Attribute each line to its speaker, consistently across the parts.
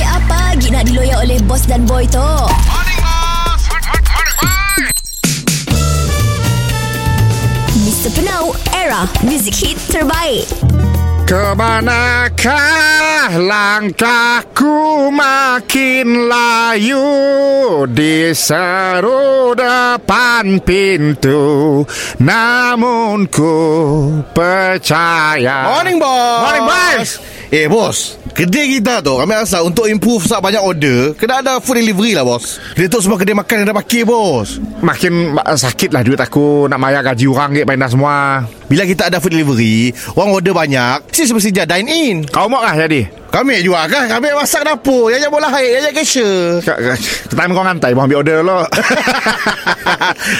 Speaker 1: lagi nak diloyak oleh bos dan boy tu? Mr. Penau, era music hit terbaik.
Speaker 2: Ke manakah langkahku makin layu Di seru depan pintu Namun ku percaya
Speaker 3: Morning, boss.
Speaker 2: Ah. Morning, boss.
Speaker 3: Eh, bos. Kedai kita tu, kami rasa untuk improve sah banyak order, kena ada food delivery lah, bos. Dia tu semua kedai makan yang dah pakai, bos.
Speaker 2: Makin ma- sakit lah duit aku Nak bayar gaji orang ke pindah semua
Speaker 3: Bila kita ada food delivery, orang order banyak, sis mesti dia dine in.
Speaker 2: Kau mau lah jadi
Speaker 3: Kami juga kan, kami masak dapur, yang bola air, yang kesya.
Speaker 2: Ke- ke- Time kau ngantai Mau ambil order dulu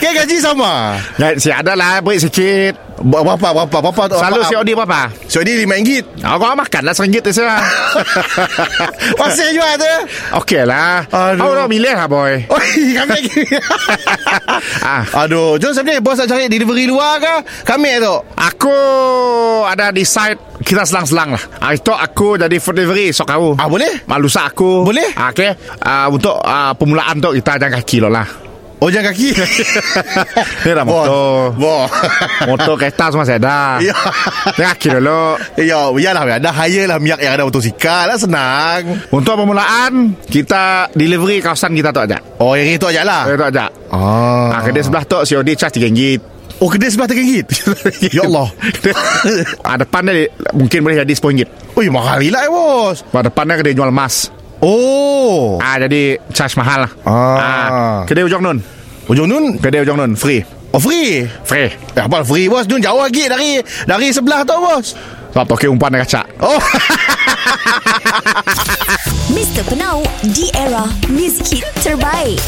Speaker 3: Kan gaji sama.
Speaker 2: Ya, si ada lah Berit sikit
Speaker 3: Berapa, berapa, berapa tu?
Speaker 2: Selalu si order berapa?
Speaker 3: Saudi RM5.
Speaker 2: Aku makan lah seringgit tu saya
Speaker 3: Masih jual tu.
Speaker 2: Okey lah
Speaker 3: Aduh.
Speaker 2: Kau dah milih lah boy
Speaker 3: Oi, kami lagi.
Speaker 2: Ah.
Speaker 3: Aduh, jom sebenarnya bos nak cari delivery luar ke? Kami tu.
Speaker 2: Aku ada decide kita selang-selang lah. Ah, itu aku jadi food delivery sok kau.
Speaker 3: Ah, boleh?
Speaker 2: Malusa aku.
Speaker 3: Boleh?
Speaker 2: Ah, Okey. Ah, untuk ah, permulaan tu kita jangan kaki lo lah.
Speaker 3: Oh, jangan kaki.
Speaker 2: Ni dah motor.
Speaker 3: Boh.
Speaker 2: Motor kereta semua saya dah.
Speaker 3: Ya.
Speaker 2: Jangan kaki dulu.
Speaker 3: Ya, iyalah Mia. Dah hire lah Miak yang ada motosikal lah senang.
Speaker 2: Untuk permulaan kita delivery kawasan kita tu aja.
Speaker 3: Oh, yang itu aja lah.
Speaker 2: Ah. Tu aja.
Speaker 3: Ah.
Speaker 2: Ah, kedai sebelah tu COD charge RM3.
Speaker 3: Oh, kedai sebelah tergigit. ya Allah.
Speaker 2: ah, depan dia mungkin boleh jadi RM10.
Speaker 3: Oi, mahal gila eh, bos.
Speaker 2: Bah, depan dia kedai jual emas.
Speaker 3: Oh.
Speaker 2: Ah, jadi charge mahal à? lah.
Speaker 3: Ah.
Speaker 2: kedai Ujung Nun.
Speaker 3: Ujung Nun,
Speaker 2: Kedai Ujung Nun free.
Speaker 3: oh free.
Speaker 2: Free.
Speaker 3: Eh, apa free bos? Nun jauh lagi dari dari sebelah tu bos.
Speaker 2: Tak pakai umpan dengan kacak.
Speaker 3: Oh.
Speaker 1: Mr. Penau, di era music hit terbaik.